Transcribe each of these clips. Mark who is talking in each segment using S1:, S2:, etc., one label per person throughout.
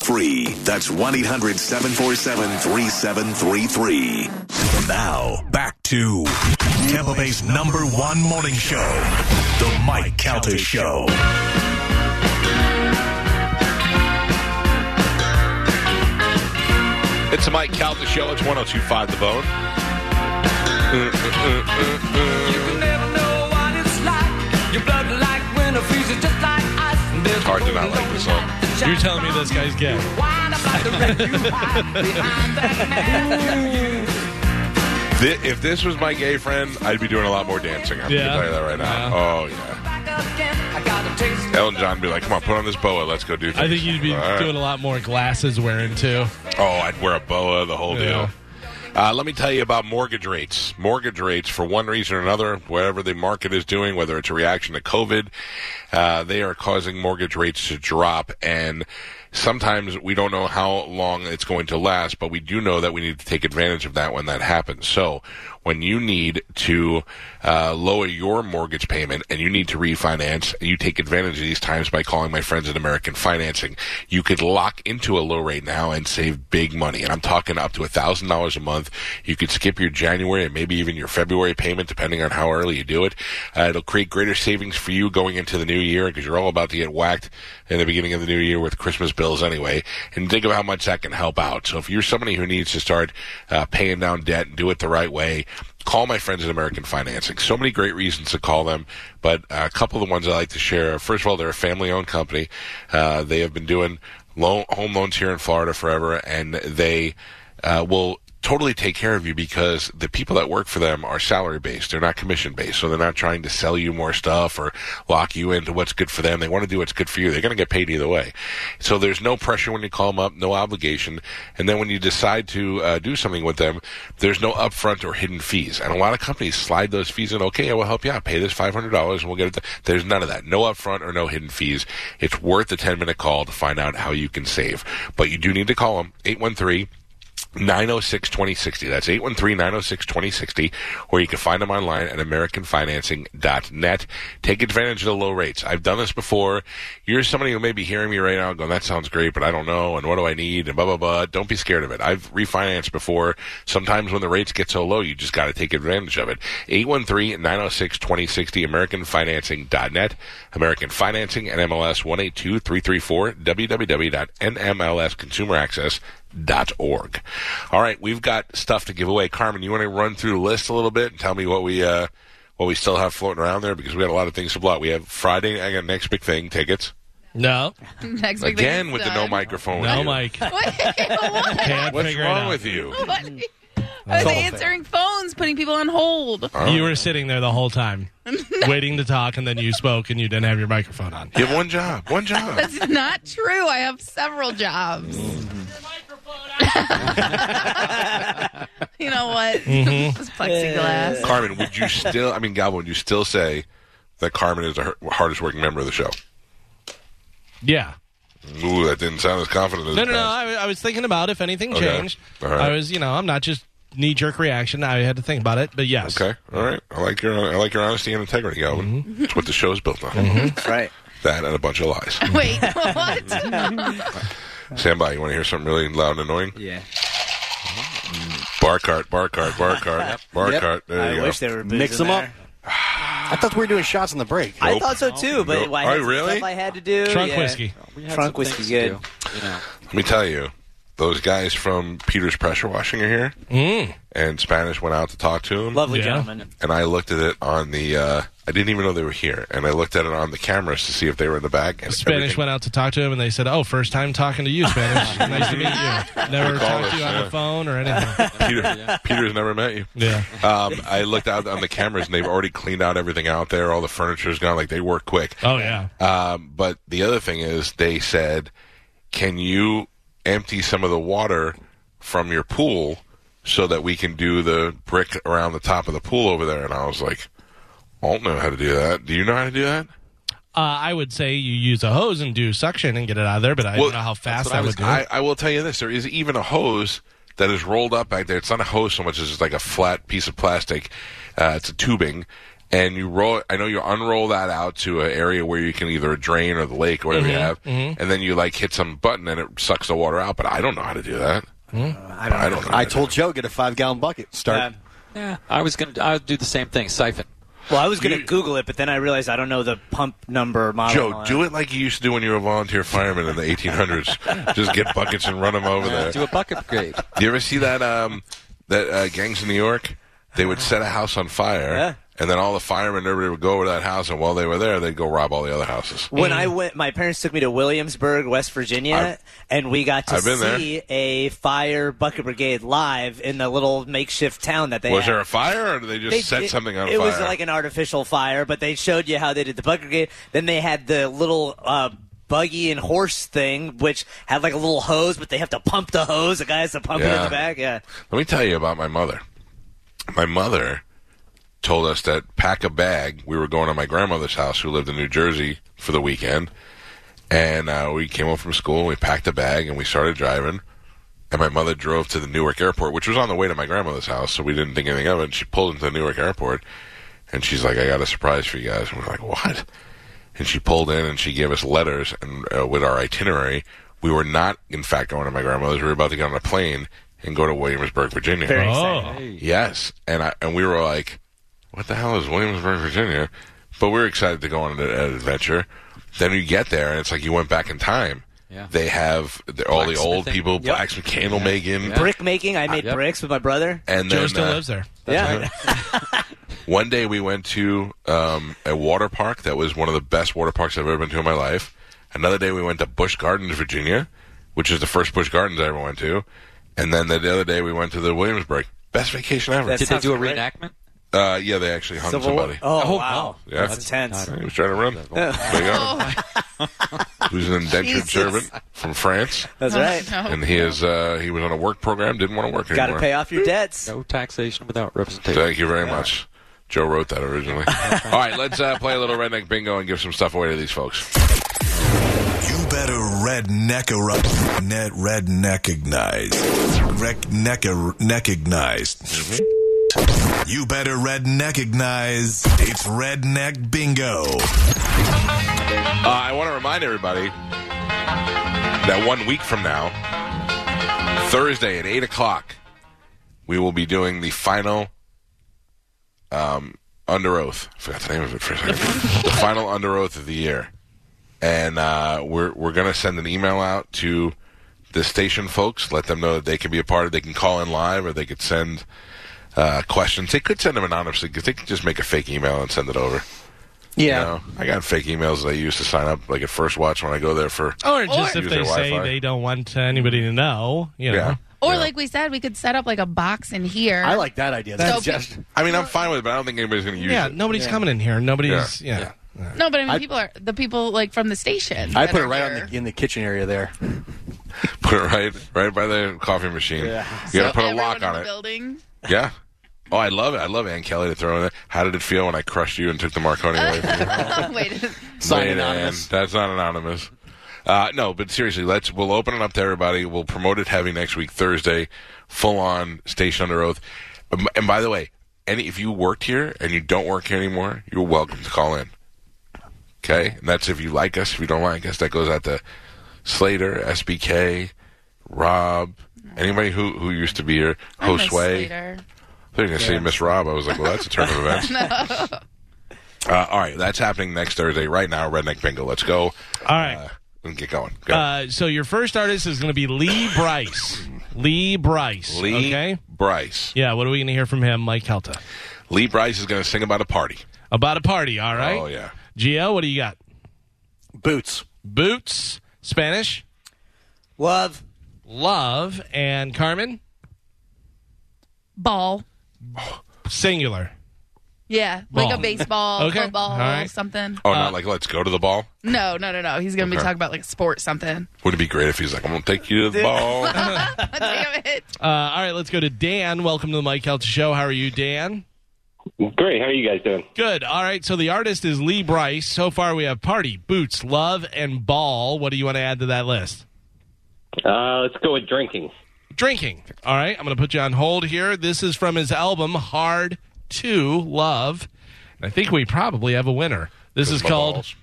S1: Free. That's 1 800 747 3733. Now, back to Tampa Bay's number one morning show, The Mike Calter Show.
S2: It's a Mike Calta show. It's 1025 The Bone. Hard to not like this song.
S3: You're telling me this guy's gay.
S2: Thi- if this was my gay friend, I'd be doing a lot more dancing. I'm
S3: Yeah.
S2: going to tell you that right now. Oh, yeah. Ellen John would be like, come on, put on this boa. Let's go do things.
S3: I think you'd be
S2: All right.
S3: doing a lot more glasses wearing too.
S2: Oh, I'd wear a boa, the whole
S3: Yeah.
S2: deal. Uh, let me tell you about mortgage rates. Mortgage rates, for one reason or another, whatever the market is doing, whether it's a reaction to COVID, uh, they are causing mortgage rates to drop. And sometimes we don't know how long it's going to last, but we do know that we need to take advantage of that when that happens. So when you need to uh, lower your mortgage payment and you need to refinance, you take advantage of these times by calling my friends at American Financing. You could lock into a low rate now and save big money. And I'm talking up to $1,000 a month. You could skip your January and maybe even your February payment, depending on how early you do it. Uh, it'll create greater savings for you going into the new year because you're all about to get whacked in the beginning of the new year with Christmas bills anyway. And think of how much that can help out. So if you're somebody who needs to start uh, paying down debt and do it the right way, call my friends at American Financing. So many great reasons to call them, but uh, a couple of the ones I like to share. First of all, they're a family-owned company. Uh, they have been doing loan, home loans here in Florida forever, and they uh, will totally take care of you because the people that work for them are salary based they're not commission based so they're not trying to sell you more stuff or lock you into what's good for them they want to do what's good for you they're going to get paid either way so there's no pressure when you call them up no obligation and then when you decide to uh, do something with them there's no upfront or hidden fees and a lot of companies slide those fees in okay i will help you out pay this $500 and we'll get it th-" there's none of that no upfront or no hidden fees it's worth the 10 minute call to find out how you can save but you do need to call them 813- 906 2060. That's 813 906 2060. Or you can find them online at AmericanFinancing.net. Take advantage of the low rates. I've done this before. You're somebody who may be hearing me right now going, that sounds great, but I don't know. And what do I need? And blah, blah, blah. Don't be scared of it. I've refinanced before. Sometimes when the rates get so low, you just got to take advantage of it. 813 906 2060. AmericanFinancing.net. American Financing and MLS 182 334. www.nmlsconsumeraccess.com dot org. All right, we've got stuff to give away. Carmen, you want to run through the list a little bit and tell me what we uh, what we still have floating around there because we got a lot of things to block. We have Friday. I got next big thing tickets
S3: No,
S4: Next week
S2: again
S4: it's
S2: with the
S4: done.
S2: no microphone. with
S3: no,
S2: you.
S3: Mike.
S4: Wait,
S3: Can't
S2: What's
S3: figure it
S2: wrong
S3: out.
S2: with you?
S4: what?
S5: Mm.
S4: I was answering phones, putting people on hold.
S3: You were sitting there the whole time, waiting to talk, and then you spoke, and you didn't have your microphone on.
S2: You have one job. One job.
S4: It's not true. I have several jobs.
S5: Mm-hmm.
S4: you know what?
S5: Mm-hmm.
S4: It's plexiglass.
S2: Carmen, would you still? I mean, Galvin, would you still say that Carmen is the har- hardest working member of the show?
S3: Yeah.
S2: Ooh, that didn't sound as confident as
S3: No,
S2: it
S3: no, no.
S2: sounds.
S3: I, I was thinking about if anything
S2: Okay.
S3: changed.
S2: All right.
S3: I was, you know, I'm not just knee jerk reaction. I had to think about it, but yes.
S2: Okay, all right. I like your I like your honesty and integrity, Galvin.
S3: Mm-hmm.
S2: It's what the show's built on.
S5: That's right.
S2: That and a bunch of lies.
S4: Wait, what?
S2: Stand by. You want to hear something really loud and annoying? Uh-huh.
S6: Yeah.
S2: Bar cart, bar cart, bar cart, bar cart. There you
S6: I
S2: go.
S6: wish there were booze
S5: Mix
S6: in
S5: them up.
S6: there.
S7: I thought we were doing shots on the break.
S6: I
S2: Nope.
S6: thought so too, but
S2: Nope.
S6: I
S2: Oh,
S6: had some
S2: really?
S6: stuff I had to do.
S3: Trunk
S6: Oh, yeah.
S3: whiskey.
S6: Trunk whiskey, good.
S2: Let me tell you, those guys from Peter's Pressure Washing are here,
S3: Mm.
S2: and Spanish went out to talk to them.
S6: Lovely
S3: Yeah.
S6: gentleman.
S2: and I looked at it on the. Uh, I didn't even know they were here, and I looked at it on the cameras to see if they were in the back. And
S3: Spanish
S2: everything-
S3: went out to talk to him, and they said, "Oh, first time talking to you, Spanish. nice to meet you. Never
S2: Good call,
S3: talked to you on
S2: yeah.
S3: the phone or anything."
S2: Peter, Peter's never met you.
S3: Yeah.
S2: Um, I looked out on the cameras, and they've already cleaned out everything out there. All the furniture's gone. Like they work quick.
S3: Oh yeah.
S2: Um, but the other thing is, they said can you empty some of the water from your pool so that we can do the brick around the top of the pool over there? And I was like, I don't know how to do that. Do you know how to do that?
S3: Uh, I would say you use a hose and do suction and get it out of there, but I
S2: Well,
S3: don't know how
S2: that's
S3: fast
S2: what
S3: I would do.
S2: I,
S3: it.
S2: I will tell you this: there is even a hose that is rolled up back there. It's not a hose so much as just like a flat piece of plastic. Uh, it's a tubing, and you roll. I know you unroll that out to an area where you can either a drain or the lake or whatever
S3: Mm-hmm.
S2: you have, and then you like hit some button and it sucks the water out. But I don't know how to do that.
S3: Hmm?
S2: I don't. I don't know. how
S5: I
S2: to
S5: told Joe get a five gallon bucket. Start.
S8: Yeah, I was gonna. I would do the same thing. Siphon.
S6: Well, I was going
S2: You-
S6: to Google it, but then I realized I don't know the pump number model. and
S2: Joe,
S6: all
S2: do
S6: that.
S2: it like you used to do when you were a volunteer fireman in the 1800s. Just get buckets and run them over there.
S8: Do a bucket grade.
S2: Do you ever see that um that uh, gangs in New York? They would set a house on fire,
S6: Yeah.
S2: and then all the firemen and everybody would go over to that house, and while they were there, they'd go rob all the other houses.
S6: When I went, my parents took me to Williamsburg, West Virginia,
S2: Mm. I've-
S6: and we got to
S2: I've been there.
S6: see a fire bucket brigade live in the little makeshift town that they
S2: was
S6: had.
S2: there a fire, or did they just
S6: They-
S2: set
S6: it-
S2: something on
S6: it
S2: fire?
S6: was like an artificial fire, but they showed you how they did the bucket brigade. Then they had the little uh, buggy and horse thing, which had like a little hose, but they have to pump the hose. The guy has to pump it in
S2: Yeah.
S6: the back. Yeah.
S2: Let me tell you about my mother. My mother told us that pack a bag. We were going to my grandmother's house, who lived in New Jersey, for the weekend, and uh, we came home from school. We packed a bag and we started driving. And my mother drove to the Newark airport, which was on the way to my grandmother's house, so we didn't think anything of it. And she pulled into the Newark airport, and she's like, "I got a surprise for you guys." And we're like, "What?" And she pulled in and she gave us letters and uh, with our itinerary. We were not, in fact, going to my grandmother's. We were about to get on a plane and go to Williamsburg, Virginia.
S6: Very
S3: Oh,
S2: Yes, and I and we were like, "What the hell is Williamsburg, Virginia?" But we were excited to go on an, an adventure. Then you get there, and it's like you went back in time.
S8: Yeah.
S2: They have the, all the old
S8: Blacksmithing.
S2: people,
S8: Yep.
S2: blacksmith, candle making,
S6: Brick making. I made
S8: Yep.
S6: bricks with my brother.
S2: and
S3: Joe
S2: then
S3: still
S2: uh,
S3: lives there.
S6: yeah.
S2: one day we went to um, a water park that was one of the best water parks I've ever been to in my life. Another day we went to Busch Gardens, Virginia, which is the first Busch Gardens I ever went to. And then the other day we went to the Williamsburg. Best vacation ever.
S8: Did they do a reenactment?
S2: Uh, yeah, they actually hung
S6: Civil War.
S2: somebody.
S6: Oh, wow.
S2: Yeah.
S6: That's intense.
S2: He was trying to run. They got him. Who's an indentured
S4: Jesus.
S2: servant from France,
S6: That's right.
S2: and he is uh, he was on a work program, didn't want to work
S6: Got to
S2: anymore.
S6: pay off your debts.
S8: No taxation without representation.
S2: Thank you very much. Joe wrote that originally. All right, let's uh, play a little redneck bingo and give some stuff away to these folks.
S1: You better redneck net redneck ignite. Redneck recognized. You better redneck ignite. It's redneck bingo.
S2: Uh, I want to remind everybody that one week from now, Thursday at 8 o'clock, we will be doing the final um, Under Oath. I forgot the name of it for a second. the final Under Oath of the year. And uh, we're, we're going to send an email out to the station folks, let them know that they can be a part of They can call in live or they could send uh, questions. They could send them anonymously because they could just make a fake email and send it over. You know, I got fake emails that I used to sign up like at first watch when I go there for.
S3: Or just
S2: Use
S3: if
S2: their
S3: they say
S2: Wi-Fi.
S3: they don't want anybody to know, you know.
S2: Yeah.
S4: Or
S2: Yeah.
S4: like we said, we could set up like a box in here.
S5: I like that idea.
S4: So
S5: That's
S4: be-
S5: just
S2: I mean, I'm fine with it, but I don't think anybody's going to use
S3: Yeah,
S2: it.
S3: nobody's coming in here. Nobody's, yeah.
S4: No, but I mean, people are the people like from the station.
S5: I
S4: that
S5: put it
S4: are
S5: right
S4: here.
S5: on the in the kitchen area there.
S2: Put it right, right by the coffee machine. You got to
S4: So
S2: put a
S4: everyone
S2: lock
S4: in
S2: on
S4: the
S2: it.
S4: Building.
S2: Yeah. Oh, I love it. I love Ann Kelly to throw in there. How did it feel when I crushed you and took the Marconi away from you?
S4: Wait.
S5: Sign
S2: Wait,
S5: anonymous.
S2: Ann, that's not anonymous. Uh, no, but seriously, let's we'll open it up to everybody. We'll promote it heavy next week, Thursday, full on station under oath. Um, And by the way, any if you worked here and you don't work here anymore, you're welcome to call in. Okay, and that's if you like us. If you don't like us, that goes out to Slater, SBK, Rob, anybody who who used to be here,
S4: I miss
S2: Josue.
S4: Slater.
S2: They're going to say Miss Rob. I was like, well, that's a turn of events. uh, all right, that's happening next Thursday. Right now, Redneck Bingo. Let's go.
S3: All right.
S2: Uh, and get going. Go.
S3: Uh, so your first artist is going to be Lee Bryce. Lee Bryce.
S2: Lee
S3: Okay.
S2: Bryce.
S3: Yeah. What are we going to hear from him, Mike Helta?
S2: Lee Bryce is going to sing about a party.
S3: About a party. All right.
S2: Oh, yeah.
S3: Gio, what do you got?
S5: Boots.
S3: Boots, Spanish,
S6: Love.
S3: love, and Carmen.
S4: Ball.
S3: Singular.
S4: Yeah, like
S3: Ball.
S4: a baseball,
S3: Okay,
S4: football,
S3: all right.
S4: something.
S2: Oh,
S3: Uh,
S2: not like let's go to the ball.
S4: No, no, no, no. He's going to be
S2: Okay.
S4: talking about like sport something.
S2: Would it be great if he's like, I'm gonna take you to the ball?
S4: Damn it.
S3: Uh, all right, let's go to Dan. Welcome to the Mike Helta Show. How are you, Dan?
S9: Great. How are you guys doing?
S3: Good. All right, so the artist is Lee Bryce. So far, we have Party, Boots, Love, and Ball. What do you want to add to that list?
S9: Uh, let's go with drinking.
S3: Drinking. All right, I'm going to put you on hold here. This is from his album, Hard to Love. And I think we probably have a winner. This is
S2: My
S3: called
S2: balls.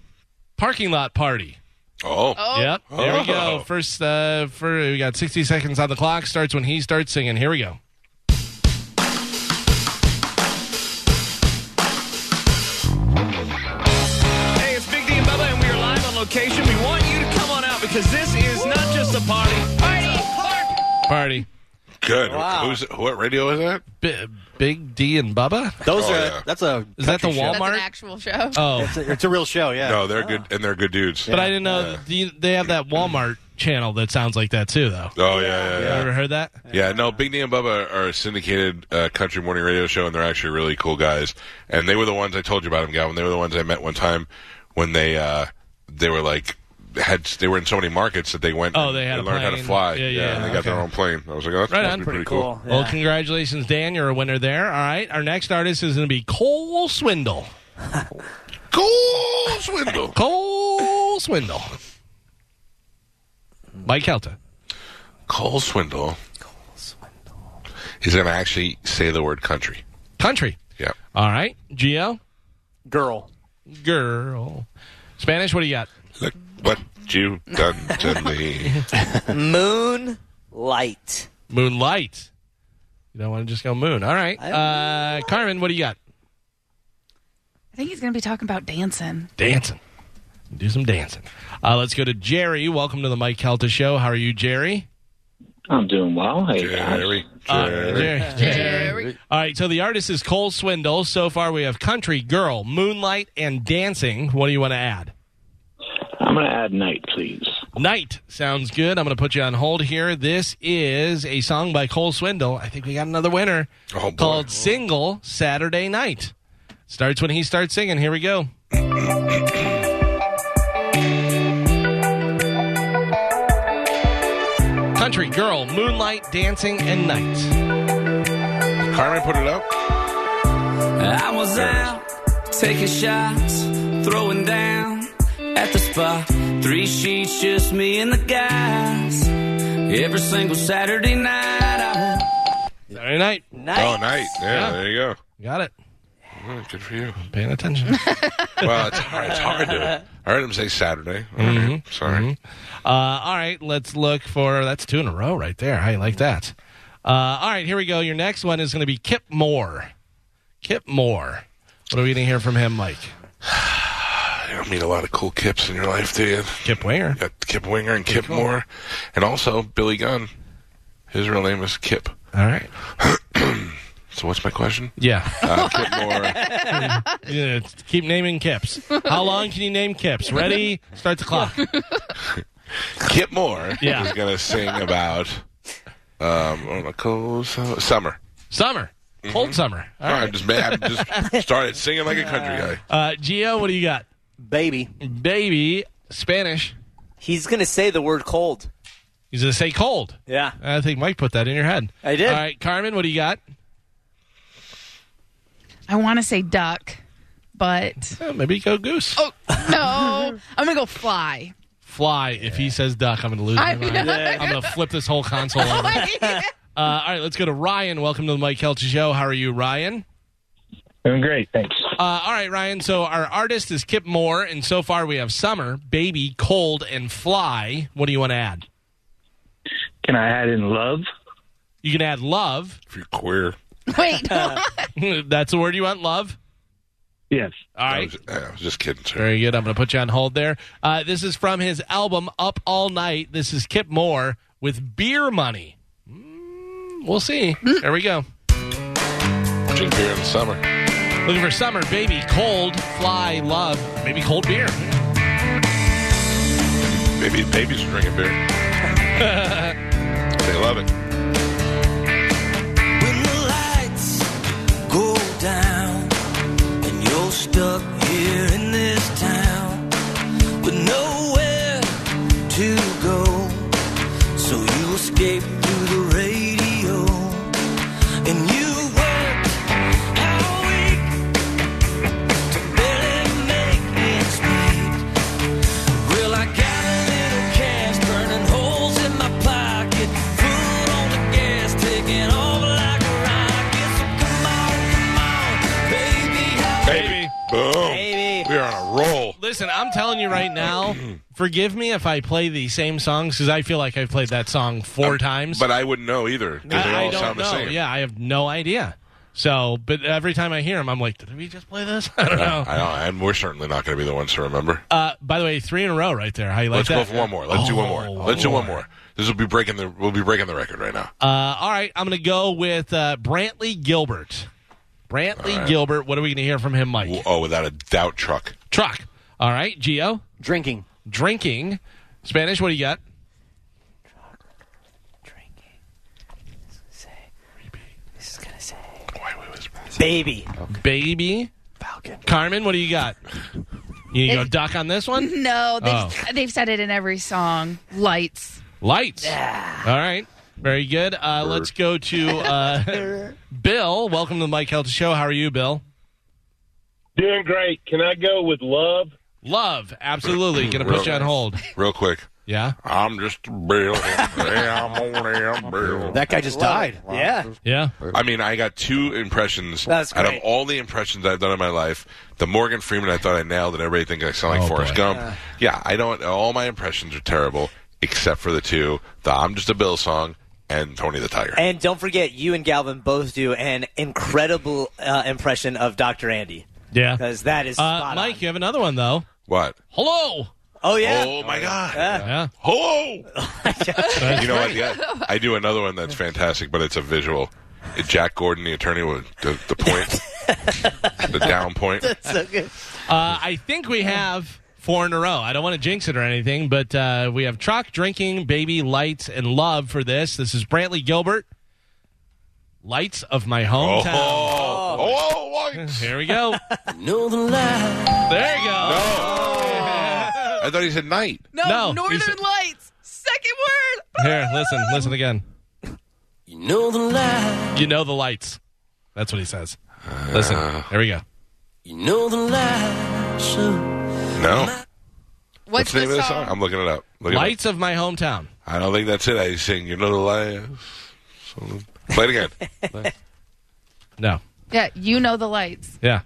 S3: Parking Lot Party.
S2: Oh,
S3: Yep. There we go.
S2: Oh.
S3: First, uh, for we got 60 seconds on the clock. Starts when he starts singing. Here we go.
S10: Hey, it's Big D and Bubba, and we are live on location. We want you to come on out because this is not just a party.
S3: Party.
S2: good.
S6: Wow.
S2: Who's what radio is that?
S3: B- Big D and Bubba.
S5: Those
S2: Oh,
S5: are
S2: yeah.
S5: that's a
S3: Is that the
S5: country show.
S4: That's an
S3: Walmart?
S4: actual show.
S3: Oh,
S5: It's a, it's a real show, yeah.
S2: No, they're good, and they're good dudes.
S3: but I didn't know the, they have that Walmart channel that sounds like that too, though.
S2: Oh yeah, yeah, yeah.
S3: Ever heard that?
S2: Yeah, no, Big D and Bubba are a syndicated uh, country morning radio show, and they're actually really cool guys. And they were the ones I told you about them, Galvin. They were the ones I met one time when they uh, they were like had they were in so many markets that they went.
S3: Oh,
S2: and-
S3: they had
S2: and
S3: a
S2: learned how to
S3: plane.
S2: fly.
S3: Yeah, yeah,
S2: and they got their
S3: okay.
S2: own plane. I was like, oh, that's
S3: Right
S2: must
S3: on.
S2: be
S3: Pretty
S2: pretty cool.
S3: Well, congratulations, Dan. You're a winner there. All right. Our next artist is going to be Cole Swindle.
S2: Cool swindle.
S3: Cole Swindle. Mike Helta.
S2: Cole Swindle. He's going to actually say the word country.
S3: Country.
S2: Yeah.
S3: All right. Geo.
S5: Girl.
S3: Girl. Spanish, what do you got?
S2: Look what you done to me.
S6: Moonlight.
S3: Moonlight. You don't want to just go moon. All right. Uh, Carmen, what do you got?
S4: I think he's going to be talking about dancing.
S3: Dancing. Do some dancing. Uh, let's go to Jerry. Welcome to the Mike Helta Show. How are you, Jerry?
S9: I'm doing well. Hey, guys.
S2: Jerry.
S3: Uh,
S2: Jerry.
S4: Jerry.
S3: All right. So the artist is Cole Swindle. So far, we have Country Girl, Moonlight, and Dancing. What do you want to add?
S9: I'm going to add night, please.
S3: Night sounds good. I'm going to put you on hold here. This is a song by Cole Swindle. I think we got another winner
S2: Oh, boy.
S3: called Single Saturday Night. Starts when he starts singing. Here we go. Country Girl, Moonlight, Dancing, and Night.
S2: Carmen put it up.
S10: I was out taking shots, throwing down at the spa. Three sheets, just me and the guys. Every single Saturday night, I would
S3: Saturday night.
S2: Oh,
S6: Night.
S2: night. Yeah,
S3: Yeah.
S2: there you go.
S3: Got it.
S2: Well, Good for you.
S3: Paying attention.
S2: Well, it's hard. It's hard to. I heard him say Saturday. All right. Sorry.
S3: Uh, all right, let's look for that's two in a row right there. I like that. Uh, all right, here we go. Your next one is going to be Kip Moore. Kip Moore. What are we going to hear from him, Mike?
S2: You don't meet a lot of cool Kips in your life, do you?
S3: Kip Winger.
S2: Got Kip Winger and Kip Moore, and also Billy Gunn. His real name is Kip.
S3: All right.
S2: So what's my question?
S3: Yeah.
S2: Uh, Kip Moore.
S3: Yeah, Keep naming Kips. How long can you name Kips? Ready? Start the clock.
S2: Kip Moore
S3: Yeah.
S2: is going to sing about um, on a cold su- summer.
S3: Summer.
S6: Mm-hmm.
S3: Cold summer. All
S2: All right.
S3: right.
S2: just mad. Just started singing like a country guy.
S3: Uh, Gio, what do you got?
S5: Baby.
S3: Baby. Spanish.
S6: He's going to say the word cold.
S3: He's going to say cold.
S6: Yeah.
S3: I think Mike put that in your head.
S6: I did.
S3: All right, Carmen, what do you got?
S4: I want to say duck, but
S3: Uh, maybe go goose.
S4: oh no, I'm going to go fly.
S3: fly. If he says duck, I'm going to lose my
S4: I know.
S3: mind. I'm going to flip this whole console over. Uh, all right, let's go to Ryan. Welcome to the Mike Kelch Show. How are you, Ryan?
S9: Doing great. Thanks.
S3: Uh, all right, Ryan. So our artist is Kip Moore, and so far we have Summer, Baby, Cold, and Fly. What do you want to add?
S9: Can I add in love?
S3: You can add Love.
S2: If you're queer.
S4: Wait,
S3: That's the word you want, Love?
S9: Yes.
S3: All
S2: I
S3: right.
S2: was, I was just kidding, sir.
S3: Very good. I'm going to put you on hold there. Uh, this is from his album Up All Night. This is Kip Moore with Beer Money. Mm, we'll see. There we go.
S2: Drink beer in the summer.
S3: Looking for summer, baby, cold, fly, love, maybe cold beer.
S2: Maybe babies are drinking beer. they love it.
S10: When the lights go down escape through the radio. And you work all week to barely make ends meet. Well, I got a little cash burning holes in my pocket. Foot on the gas, taking off like a rocket. So come on, come on, baby.
S2: Baby. Boom.
S6: Baby.
S2: We are on a roll.
S3: Listen, I'm telling you right now, forgive me if I play the same songs because I feel like I've played that song four times.
S2: Um, But I wouldn't know either because they
S3: I,
S2: all
S3: I don't
S2: sound
S3: know.
S2: the same.
S3: Yeah, I have no idea. So, but every time I hear them, I'm like, did we just play this? I don't know.
S2: I don't, and we're certainly not going to be the ones to remember.
S3: Uh, by the way, three in a row right there. How you like
S2: Let's
S3: that?
S2: go for one more. Let's do one more.
S3: Oh,
S2: Let's do one more. This will be breaking the. We'll be breaking the record right now.
S3: Uh, all right, I'm going to go with uh, Brantley Gilbert. Brantley
S2: All right.
S3: Gilbert. What are we going to hear from him, Mike?
S2: Oh, without a doubt, truck.
S3: Truck. All right, Geo.
S5: Drinking.
S3: Drinking. Spanish. What do you got?
S6: This is gonna say
S2: Why we whisper?
S6: baby.
S3: Baby. Falcon. Carmen. What do you got? You need to go duck on this one.
S4: No, they've,
S3: Oh.
S4: they've said it in every song. Lights.
S3: Lights. All right. Very good. Uh, let's go to uh, Bill. Welcome to the Mike Helta Show. How are you, Bill?
S11: Doing great. Can I go with love?
S3: Love. Absolutely. Going to put you on hold.
S2: Real quick.
S3: Yeah.
S2: I'm just a Bill. yeah, I'm only a Bill.
S5: That guy just died.
S6: Yeah.
S3: Yeah.
S2: I mean, I got two impressions.
S6: That's
S2: out of
S6: great.
S2: all the impressions I've done in my life, the Morgan Freeman I thought I nailed, and everybody thinks I sound like Forrest Gump. Yeah, I don't. All my impressions are terrible except for the two: the "I'm Just a Bill" song and Tony the Tiger.
S6: And don't forget, you and Galvin both do an incredible uh, impression of Dr. Andy.
S3: Yeah.
S6: Because that is
S3: Uh,
S6: spot
S3: Mike, you have another one, though.
S2: What?
S3: Hello.
S6: on. Oh, yeah. Uh,
S2: Oh my God!
S3: Yeah.
S2: Hello. you know what? Yeah, I do another one that's fantastic, but it's a visual. Jack Gordon, the attorney, with the, the point, the down point.
S6: That's so good.
S3: Uh, I think we have four in a row. I don't want to jinx it or anything, but uh, we have truck, drinking, baby, lights, and love for this. This is Brantley Gilbert. Lights of my
S2: Oh,
S3: hometown.
S2: oh, oh, lights.
S3: Here we go.
S10: Know the light.
S3: There you go.
S2: I thought he said night.
S4: No,
S3: No,
S4: Northern
S3: he said-
S4: Lights. Second word.
S3: Here, listen, listen again.
S10: You know the light.
S3: You know the lights. That's what he says. Listen,
S2: Uh,
S3: here we go.
S10: You know the light. So
S2: No.
S4: What's,
S2: the name of the song? I'm looking it up. Look it up.
S3: Lights of my hometown.
S2: I don't think that's it. I sing you know the last. song." Play it again.
S3: No.
S4: Yeah, you know the lights
S3: Yeah.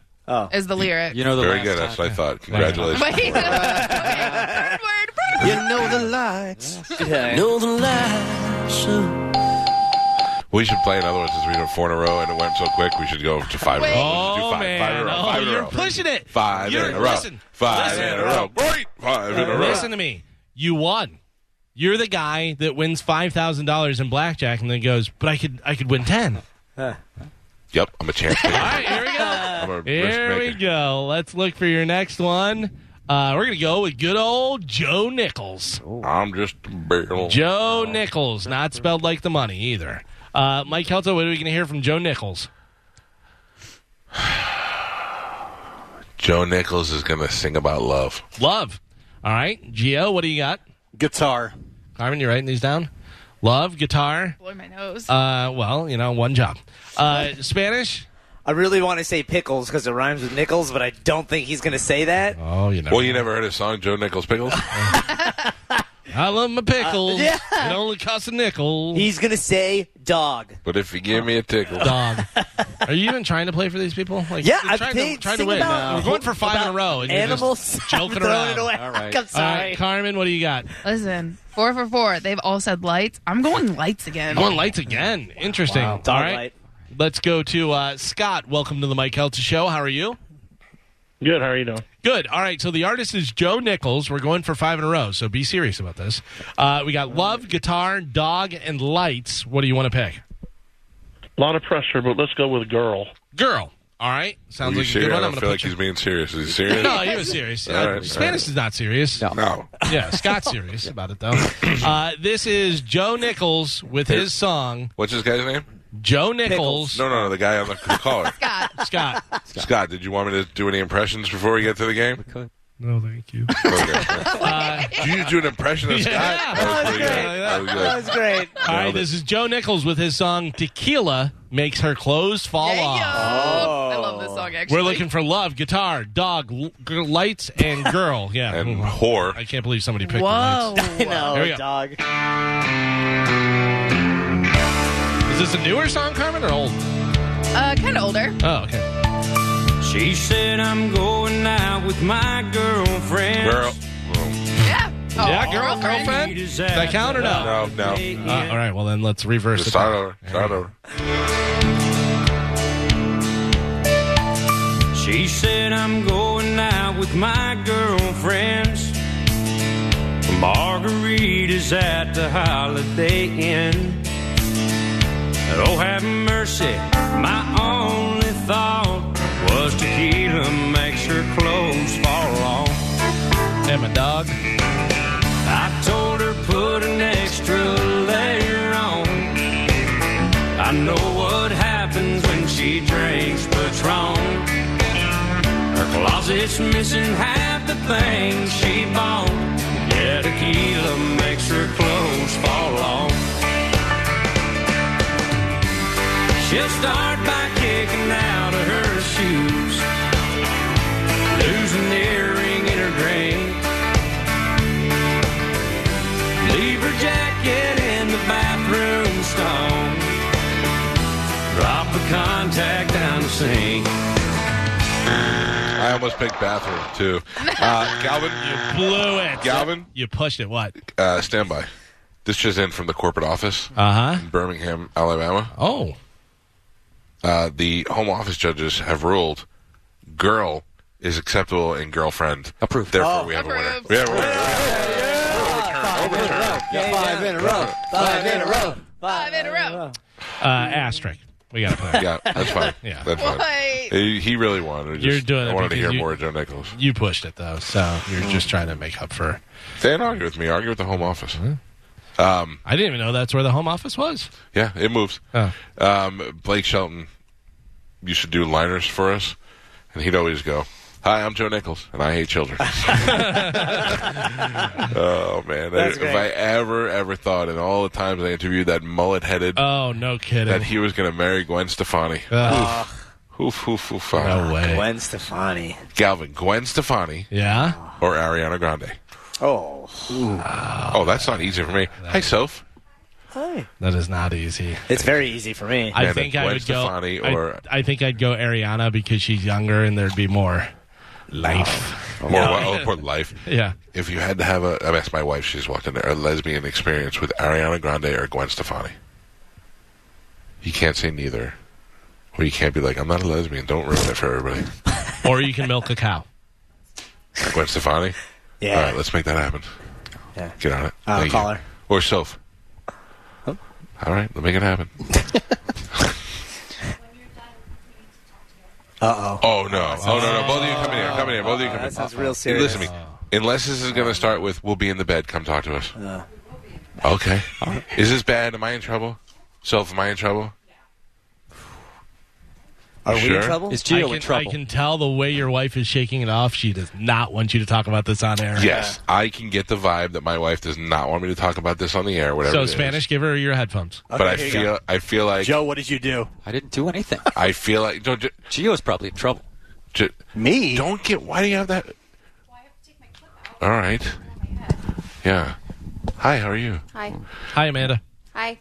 S4: is the lyric.
S8: You know the
S2: Very
S8: last
S2: good. That's
S8: time.
S2: what I thought. Congratulations.
S4: Wait, okay, third word. Third
S5: You know the lights.
S6: Yeah.
S10: know the light. So
S2: We should play another one since we did four in a row and it went so quick. We should go to five in a row. Let's do
S3: Oh,
S2: five, five in a
S3: man.
S2: row.
S3: Oh,
S2: Five in a
S3: you're
S2: row.
S3: pushing it.
S2: Five
S3: You're-
S2: in a row.
S3: listen.
S2: five
S3: Listen.
S2: in a row. Great. Five in a row.
S3: Listen to me. You won. You're the guy that wins five thousand dollars in blackjack and then goes, but I could I could win ten.
S2: Yep. I'm a champion.
S3: All right, here we go.
S2: I'm a risk
S3: Ah, Here we
S2: maker.
S3: go. Let's look for your next one. Uh, we're gonna go with good old Joe Nichols.
S2: I'm just a barrel.
S3: Joe Nichols, not spelled like the money either. Uh, Mike Helto, what are we gonna hear from Joe Nichols?
S2: Joe Nichols is going to sing about love.
S3: Love. All right, Gio, what do you got?
S5: Guitar.
S3: Carmen, you writing these down? Love, guitar.
S4: blow my nose.
S3: Uh, well, you know, one job. Uh, Spanish.
S6: I really want to say pickles because it rhymes with nickels, but I don't think he's going to say that.
S3: Oh, you know.
S2: Well, you never heard his song, Joe Nichols Pickles?
S3: I love my pickles.
S6: Uh,
S3: It only costs a nickel.
S6: He's going to say dog.
S2: but if you give me a tickle.
S3: Dog. Are you even trying to play for these people? Like,
S6: Yeah,
S3: you're
S6: I
S3: trying
S6: think
S3: to, trying to
S6: sing
S3: win.
S6: about-
S3: We're going for five in a
S6: about
S3: row. And
S6: Animals.
S3: You're just joking
S6: throwing
S3: around.
S6: it away.
S8: All right.
S6: I'm
S3: All
S6: sorry.
S3: right, Carmen, what do you got?
S4: Listen, four for four. They've all said lights. I'm going lights again.
S3: Going lights again. Interesting. All right.
S6: Light.
S3: Let's go to uh, Scott. Welcome to the Mike Helta Show. How are you?
S9: Good. How are you doing?
S3: Good. All right. So the artist is Joe Nichols. We're going for five in a row. So be serious about this. Uh, we got love, guitar, dog, and lights. What do you want to pick?
S9: A lot of pressure, but let's go with girl.
S3: Girl. All right. Sounds
S2: Are you
S3: like a good
S2: serious? I
S3: one.
S2: don't
S3: I'm going
S2: feel
S3: to
S2: like
S3: put you.
S2: he's being serious. Is he serious?
S3: No, he was serious.
S2: All
S3: Uh,
S2: right, all right.
S3: Spanish is not serious.
S8: No.
S2: No.
S3: Yeah, Scott's serious about it though. Uh, this is Joe Nichols with his song
S2: What's this guy's name?
S3: Joe Nichols.
S2: No, no, no. The guy on the, the caller.
S4: God,
S3: Scott.
S2: Scott, did you want me to do any impressions before we get to the game?
S8: Could.
S3: No, thank you.
S2: Okay. Did you just do an impression of Scott?
S3: Yeah.
S2: That was pretty good. That was good.
S6: great.
S3: All right,
S2: Nailed it.
S3: this is Joe Nichols with his song "Tequila Makes Her Clothes Fall Off."
S4: I love this song, actually.
S3: We're looking for love, guitar, dog, l- g- lights, and girl. Yeah,
S2: And
S3: Mm.
S2: whore.
S3: I can't believe somebody picked the
S4: Whoa.
S3: lights.
S6: I know,
S3: Here we go.
S6: dog.
S3: Is this a newer song, Carmen, or old?
S4: Uh, kind of older.
S3: Oh, okay.
S10: She said I'm going out with my girlfriend.
S2: Girl. Well,
S4: Yeah. Oh,
S3: yeah, girl, girlfriend. Does that count or not?
S2: No, Oh, no.
S3: Uh, all right, well then let's reverse
S2: Just
S3: it.
S2: start over. Start over.
S10: She said I'm going out with my girlfriends. Margaritas at the Holiday Inn. Oh, have mercy, my only thought was tequila makes her clothes fall off.
S3: Damn it, dog.
S10: I told her put an extra layer on. I know what happens when she drinks Patron. Her closet's missing half the things she bought. Yeah, tequila makes her clothes fall off. She'll start by kicking out of her shoes, losing the earring in her drink. Leave her jacket in the bathroom stall. Drop the contact down the sink.
S2: I almost picked bathroom too. Uh, Galvin,
S3: Blew it.
S2: Galvin,
S3: You pushed it. What?
S2: uh, stand by. This just in from the corporate office
S3: Uh huh.
S2: in Birmingham, Alabama.
S3: Oh.
S2: Uh, the home office judges have ruled girl is acceptable and girlfriend
S8: Approved.
S2: Therefore, we have a winner.
S4: Approved.
S2: We have a winner.
S6: Five in a row. Five in a row.
S4: Five in a row.
S3: Uh, asterisk. We got to put. it.
S2: Yeah, that's fine.
S3: Yeah.
S2: that's fine.
S4: Why?
S2: He he really wanted. Just,
S3: You're doing
S2: I
S3: it
S2: wanted to
S3: because
S2: hear
S3: you-
S2: more of Joe Nichols.
S3: You pushed it though, so you're just trying to make up for.
S2: They didn't argue with me. Argue with the home office. Um,
S3: I didn't even know that's where the home office was.
S2: yeah, it moves.
S3: Oh.
S2: Um, Blake Shelton, you should do liners for us, and he'd always go, "Hi, I'm Joe Nichols, and I hate children." oh man,
S6: That's
S2: if
S6: great.
S2: I ever ever thought in all the times I interviewed that mullet headed
S3: Oh no, kidding.
S2: that he was going to marry Gwen Stefani.
S3: Ugh,
S2: Hoof hoof hoof.
S3: no way.
S6: Gwen Stefani.
S2: uh, Galvin, Gwen Stefani,
S3: Yeah.
S2: or Ariana Grande.
S6: Oh.
S2: Oh, that's not easy for me. Hi, Soph.
S6: Hi.
S3: That is not easy.
S6: It's very easy for me.
S3: I
S2: Yeah,
S3: think
S2: but
S3: I
S2: Gwen
S3: would go.
S2: Stefani
S3: I-
S2: or-
S3: I, think I'd go Ariana because she's younger and there'd be more life.
S2: More, oh, poor life.
S3: Yeah.
S2: If you had to have a, I've asked my wife, she's walked in there, a lesbian experience with Ariana Grande or Gwen Stefani. You can't say neither. Or you can't be like, I'm not a lesbian. Don't ruin it for everybody.
S3: Or you can milk a cow.
S2: Gwen Stefani?
S6: Yeah.
S2: All right, let's make that happen.
S6: Eh. Yeah. Uh,
S2: Get on it.
S6: I'll
S2: Thank
S6: call
S2: you.
S6: her.
S2: Or Soph. All right, let's make it happen.
S6: Uh oh.
S2: Oh, no. Oh, no, no. Both of you come in here. Come in here. Both of you come in here.
S6: That sounds real
S2: Hey,
S6: serious.
S2: listen to me. Unless this is going to start with, we'll be in the bed. Come talk to us.
S6: Uh.
S2: Okay. Is this bad? Am I in trouble? Self, am I in trouble?
S6: Are we
S2: Sure.
S6: in trouble?
S8: Is
S3: I
S8: Geo
S3: can,
S8: in trouble?
S3: I can tell the way your wife is shaking it off. She does not want you to talk about this on air.
S2: Yes. I can get the vibe that my wife does not want me to talk about this on the air, whatever. it
S3: So
S2: is.
S3: Spanish, give her your headphones.
S2: But I
S6: here you
S2: feel, I feel like,
S6: Joe, what did you do?
S8: I didn't do anything.
S2: I feel like, don't, ju-
S8: Geo's probably in trouble.
S2: ju-
S6: Me?
S2: don't get, why do you have that? All right. Yeah. Hi, how are you?
S12: Hi.
S3: Hi, Amanda.
S12: Hi.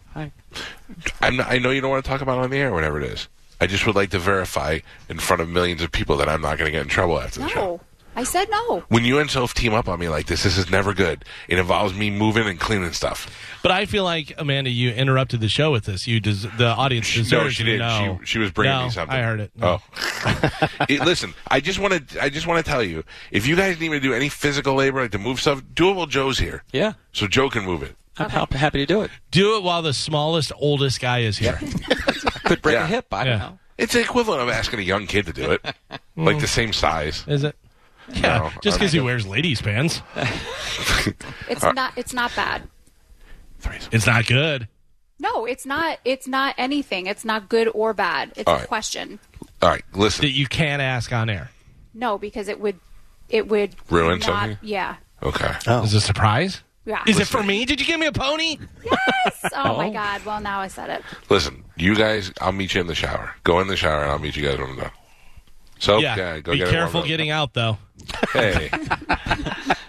S2: I'm not, I know you don't want to talk about it on the air, whatever it is. I just would like to verify in front of millions of people that I'm not going to get in trouble after the show.
S12: No. I said no.
S2: when you and Soph team up on me like this, this is never good. It involves me moving and cleaning stuff.
S3: But I feel like Amanda, you interrupted the show with this. You des- the audience deserves
S2: no, she
S3: to
S2: did.
S3: know.
S2: She, she was bringing
S3: No,
S2: me something.
S3: I heard it.
S2: Oh, It- listen. I just want to. I just want to tell you, if you guys need me to do any physical labor, like to move stuff, do it while Joe's here,
S8: Yeah.
S2: so Joe can move it.
S8: I'm hap- happy to do it.
S3: Do it while the smallest, oldest guy is here.
S8: Could break
S2: Yeah.
S8: a hip. I
S3: Yeah.
S8: don't know.
S2: It's the equivalent of asking a young kid to do it, like the same size.
S3: Is it? Yeah,
S2: No,
S3: just
S2: I'm
S3: because he wears ladies' pants,
S12: It's not it's not bad.
S2: Threesome.
S3: it's not good.
S12: No, it's not it's not anything. It's not good or bad. It's
S2: All
S12: a
S2: right.
S12: question.
S2: All right,
S3: That
S2: listen.
S3: you can't ask on air.
S12: No, because it would it would
S2: Ruin
S12: not-
S2: something?
S12: Yeah.
S2: Okay.
S8: Oh.
S3: Is it a surprise?
S12: Yeah.
S3: Is it for me? Did you give me a pony?
S12: Yes. Oh my
S3: Oh.
S12: God. Well, now I said it.
S2: Listen, you guys, I'll meet you in the shower. Go in the shower, and I'll meet you guys when I'm done. So
S3: yeah.
S2: yeah, go
S3: Be
S2: get
S3: careful
S2: It
S3: getting out though.
S2: warmed up.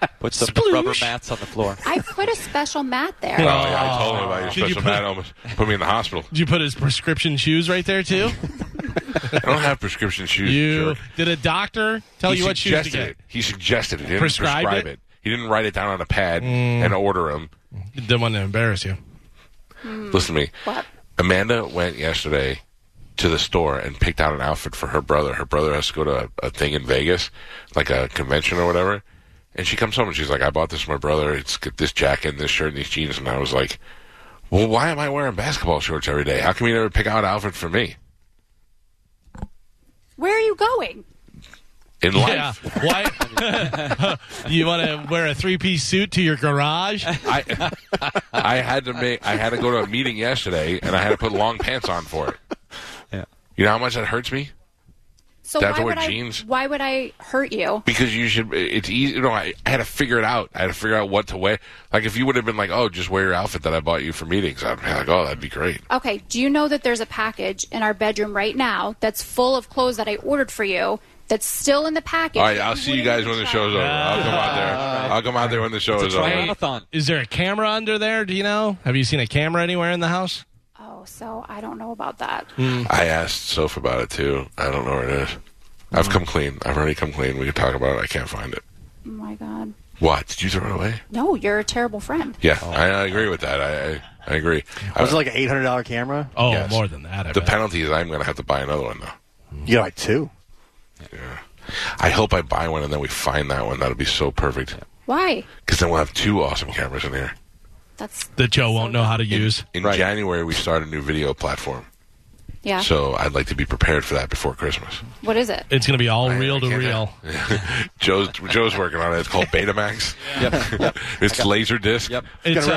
S2: hey,
S8: Put some rubber mats on the floor.
S12: I put a special mat there.
S2: Oh, yeah, I told him about your
S3: Did
S2: special
S3: you put-
S2: man almost put me in the hospital.
S3: Did you put his prescription shoes right there too?
S2: I don't have prescription shoes.
S3: you
S2: jerk.
S3: did a doctor tell
S2: He
S3: you what shoes to
S2: suggested
S3: get?
S2: It. He suggested it. He didn't
S3: Prescribed
S2: prescribe
S3: it?
S2: it. He didn't write it down on a pad
S3: Mm.
S2: and order them.
S3: Didn't want to embarrass you.
S2: Listen to me. Amanda went yesterday to the store and picked out an outfit for her brother. Her brother has to go to a, a thing in Vegas, like a convention or whatever. And she comes home and she's like, "I bought this for my brother. It's got this jacket, and this shirt, and these jeans." And I was like, "Well, why am I wearing basketball shorts every day? How come you never pick out an outfit for me
S12: Where are you going?
S2: in life?"
S3: Yeah. Why? you want to wear a three-piece suit to your garage?
S2: I I had to make I had to go to a meeting yesterday and I had to put long pants on for it.
S8: Yeah.
S2: You know how much that hurts me?
S12: So
S2: Did I have
S12: why
S2: to
S12: would
S2: wear
S12: I?
S2: jeans?
S12: Why would I hurt you?
S2: Because you should it's easy you know, I, I had to figure it out. I had to figure out what to wear. Like if you would have been like, Oh, just wear your outfit that I bought you for meetings, I'd be like, Oh, that'd be great.
S12: Okay. Do you know that there's a package in our bedroom right now that's full of clothes that I ordered for you? That's still in the package.
S2: All right, I'll see you guys when the show's over. I'll come out there. I'll come out there when the show is over.
S3: Is there a camera under there? Do you know? Have you seen a camera anywhere in the house?
S12: Oh, so I don't know about that.
S2: I asked Soph about it too. I don't know where it is. I've come clean. I've already come clean. We can talk about it. I can't find it.
S12: Oh my God.
S2: What? Did you throw it away?
S12: No, you're a terrible friend.
S2: Yeah, I, I agree with that. I I, I agree.
S13: Was it
S2: I-
S13: like an eight hundred dollar camera?
S3: Oh,
S2: Yes.
S3: more than that. I
S2: the
S3: bet.
S2: penalty is I'm going to have to buy another one though.
S13: You got like two.
S2: I hope I buy one and then we find that one. That'll be so perfect
S12: Why?
S2: because then we'll have two awesome cameras in here.
S12: That's
S3: that Joe won't know how to use.
S2: In January, we start a new video platform,
S12: yeah.
S2: so I'd like to be prepared for that before Christmas.
S12: what is it?
S3: It's going to be all real to real.
S2: Joe's Joe's working on it. It's called Betamax. yep. it's Laserdisc. Yep.
S3: It's,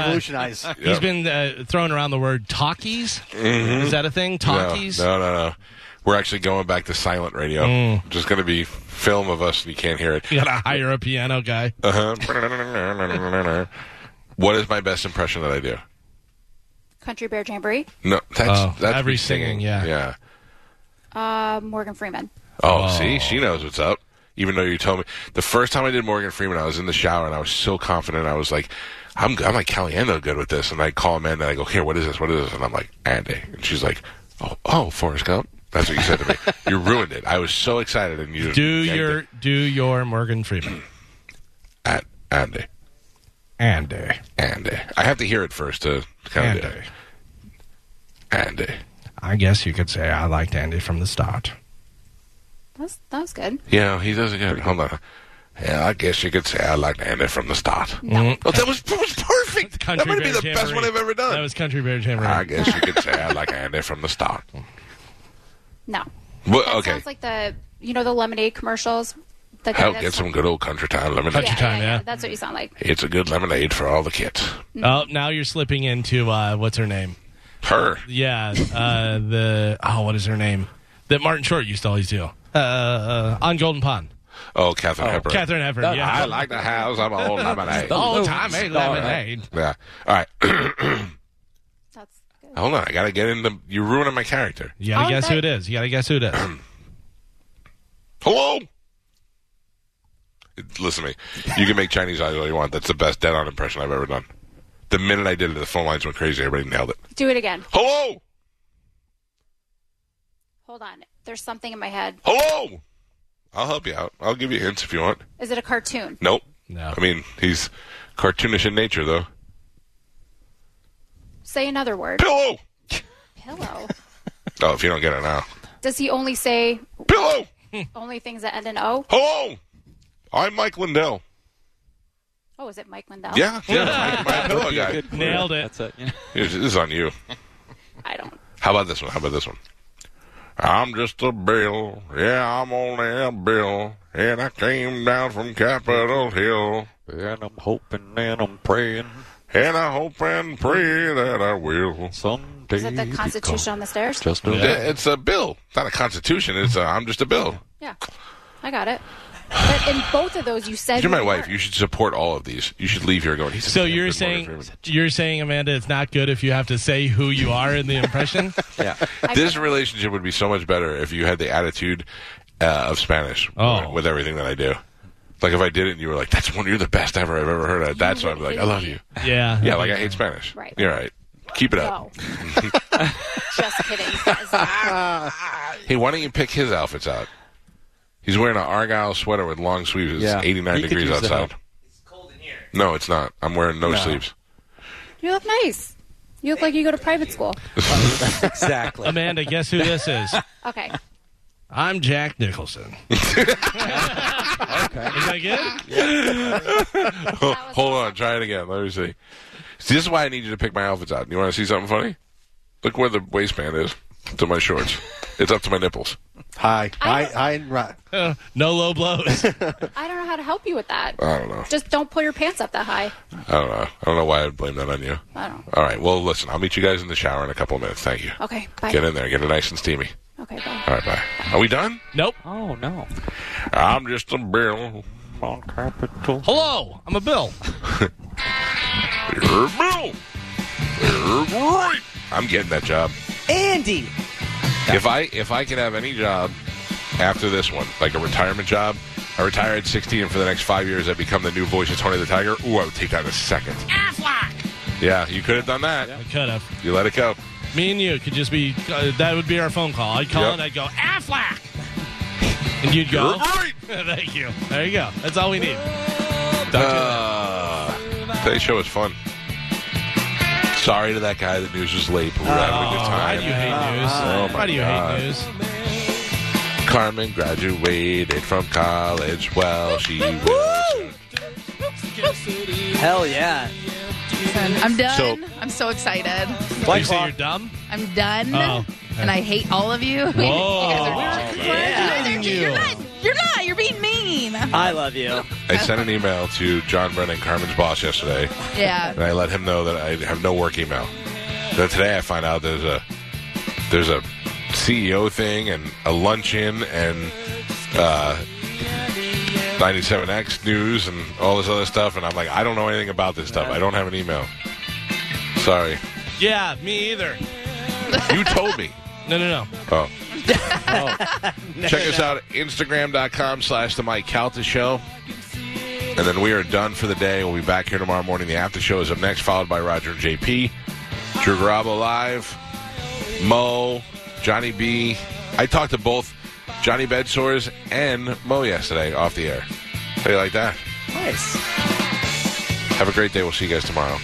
S3: uh, He's been uh, throwing around the word talkies.
S2: Mhm.
S3: Is that a thing? Talkies.
S2: No, no, no. no. We're actually going back to silent radio.
S3: Mm.
S2: Just going to be film of us and you can't hear it.
S3: You got to hire a piano guy.
S2: Uh-huh. what is my best impression that I do?
S12: Country Bear Jamboree.
S2: No, that's
S3: Oh,
S2: that's
S3: every
S2: me
S3: singing, yeah.
S2: yeah.
S12: Uh, Morgan Freeman.
S2: Oh, see, she knows what's up. Even though you told me the first time I did Morgan Freeman, I was in the shower and I was so confident. I was like, "I'm I'm like Caliendo good with this." And I call Amanda and I go, "Here, what is this? What is this?" And I'm like, "Andy," and she's like, "Oh, oh, Forrest Gump." That's what you said to me. you ruined it. I was so excited and you
S3: Do
S2: yanked
S3: your
S2: it.
S3: do your Morgan Freeman.
S2: at Andy,
S3: Andy,
S2: Andy. I have to hear it first to kind of do it. Andy.
S3: I guess you could say I liked Andy from the start.
S12: That's, that was good.
S2: Yeah, he does it good. Hold on. Yeah, I guess you could say I liked Andy from the start. Oh, that was that was perfect.
S3: Mm-hmm. Country
S2: that might be
S3: Bear
S2: the best
S3: Jamboree.
S2: one I've ever done.
S3: That was Country Bear Jamboree.
S2: I guess you could say I like Andy from the start.
S12: No.
S2: Well,
S12: That
S2: okay,
S12: Sounds like the you know the lemonade commercials. The guy
S2: help
S12: that's
S2: get some
S12: like-
S2: good old country time lemonade.
S12: That's what you sound like.
S2: It's a good lemonade for all the kids.
S3: Oh, now you're slipping into uh, what's her name?
S2: Her.
S3: Yeah. Uh, the oh, what is her name? That Martin Short used to always do uh, uh, on Golden Pond.
S2: Oh, Catherine Hepburn.
S3: Catherine Hepburn. yeah.
S2: I like the house. I'm a old lemonade.
S3: The whole time, hey, lemonade.
S2: Yeah. All right. Hold on. I gotta get in the. You're ruining my character.
S3: You gotta
S12: Oh,
S3: guess
S12: that-
S3: who it is. You gotta guess who it is.
S2: Hello. Listen to me. You can make Chinese eyes all you want. That's the best dead on impression I've ever done. The minute I did it, the phone lines went crazy. Everybody nailed it.
S12: Do it again.
S2: Hello.
S12: Hold on. There's something in my head.
S2: Hello. I'll help you out. I'll give you hints if you want.
S12: Is it a cartoon?
S2: Nope.
S3: No.
S2: I mean, he's cartoonish in nature, though.
S12: Say another word.
S2: Pillow.
S12: Pillow.
S2: Oh, if you don't get it now.
S12: Does he only say
S2: pillow?
S12: Only things that end in O.
S2: Hello. I'm Mike Lindell.
S12: Oh, is it Mike Lindell?
S2: Yeah, yeah, Mike, my pillow guy.
S3: Nailed it.
S8: That's it. You know.
S2: This this is on you.
S12: I don't.
S2: How about this one? How about this one? I'm just a bill. Yeah, I'm only a bill. And I came down from Capitol Hill.
S8: And I'm hoping and I'm praying
S2: And I hope and pray that I will.
S8: someday.
S12: Is it the
S8: become
S12: Constitution on the stairs?
S8: Just a
S2: Yeah, It's a bill. It's not a constitution. It's a, I'm just a bill.
S12: Yeah, I got it. But in both of those, you said
S2: You're my
S12: you
S2: wife. You should support all of these. You should leave here going. He's a
S3: So
S2: damn
S3: you're
S2: good
S3: saying
S2: Morgan Freeman."
S3: you're saying Amanda, it's not good if you have to say who you are in the impression.
S2: yeah, this relationship would be so much better if you had the attitude uh, of Spanish
S3: Oh.
S2: with everything that I do. Like if I did it, and you were like, "That's one. You're the best ever I've ever heard of." That's what I'm like. I love you.
S3: Yeah.
S2: Yeah, like I hate Spanish.
S12: Right.
S2: You're right. Keep it up.
S12: Just kidding. That is not true.
S2: Hey, why don't you pick his outfits out? He's wearing an argyle sweater with long sleeves. It's
S8: Yeah.
S2: 89
S8: He could
S2: degrees
S8: use the
S2: outside. It's cold in here. No, it's not. I'm wearing no,
S8: No.
S2: sleeves.
S12: You look nice. You look like you go to private school.
S3: exactly. Amanda, guess who this is?
S12: Okay.
S3: I'm Jack Nicholson.
S2: Okay.
S3: Is that good?
S2: Hold on. Try it again. Let me see. See, This is why I need you to pick my outfits out. You want to see something funny? Look where the waistband is to my shorts. It's up to my nipples.
S13: Hi. Hi. Hi. and Ro-
S3: Uh, no low blows.
S12: I don't know how to help you with that.
S2: I don't know.
S12: Just don't pull your pants up that high.
S2: I don't know. I don't know why I'd blame that on you.
S12: I don't.
S2: All right. Well, listen. I'll meet you guys in the shower in a couple of minutes. Thank you.
S12: Okay. Bye.
S2: Get in there. Get it nice and steamy.
S12: Okay. Bye.
S2: All right. Bye. Are we done?
S3: Nope.
S8: Oh no.
S2: I'm just a bill.
S8: On capital.
S3: Hello, I'm a Bill.
S2: You're Bill. You're right. I'm getting that job.
S6: Andy.
S2: If I if I could have any job after this one, like a retirement job, I retire at 60, and for the next five years, I become the new voice of Tony the Tiger. Ooh, I would take that in a second. Yeah, you could have done that.
S3: I could have.
S2: You let it go.
S3: Me and you could just be. Uh, that would be our phone call. I'd call
S2: Yep.
S3: and I'd go Affleck, and you'd go.
S2: You're right.
S3: Thank you. There you go. That's all we need.
S2: Uh, today's show was fun. Sorry to that guy. The news was late, but we were having a good time.
S3: Why do you Oh, hate news?
S2: Oh, my
S3: Why do you
S2: God.
S3: hate news?
S2: Carmen graduated from college. Well, she will.
S6: Hell yeah.
S4: I'm done.
S2: So-
S4: I'm so excited.
S3: you say you're dumb?
S4: I'm done.
S3: Oh.
S4: And I hate all of you.
S3: Whoa.
S4: you guys are jerks.
S6: Yeah.
S4: You're not. You're not. You're being mean.
S6: I love you.
S2: I sent an email to John Brennan, Carmen's boss, yesterday,
S4: Yeah.
S2: and I let him know that I have no work email. Then today I find out there's a there's a CEO thing and a luncheon and uh, 97X news and all this other stuff, and I'm like, I don't know anything about this stuff. I don't have an email. Sorry,
S3: Yeah, me either.
S2: you told me.
S3: No, no, no.
S2: Oh. Check us out at Instagram.com slash The Mike Calta Show. And then we are done for the day. We'll be back here tomorrow morning. The after show is up next, followed by Roger and JP, Drew Garabo Live, Mo, Johnny B. I talked to both Johnny Bedsores and Mo yesterday off the air. How do you like that?
S6: Nice.
S2: Have a great day. We'll see you guys tomorrow.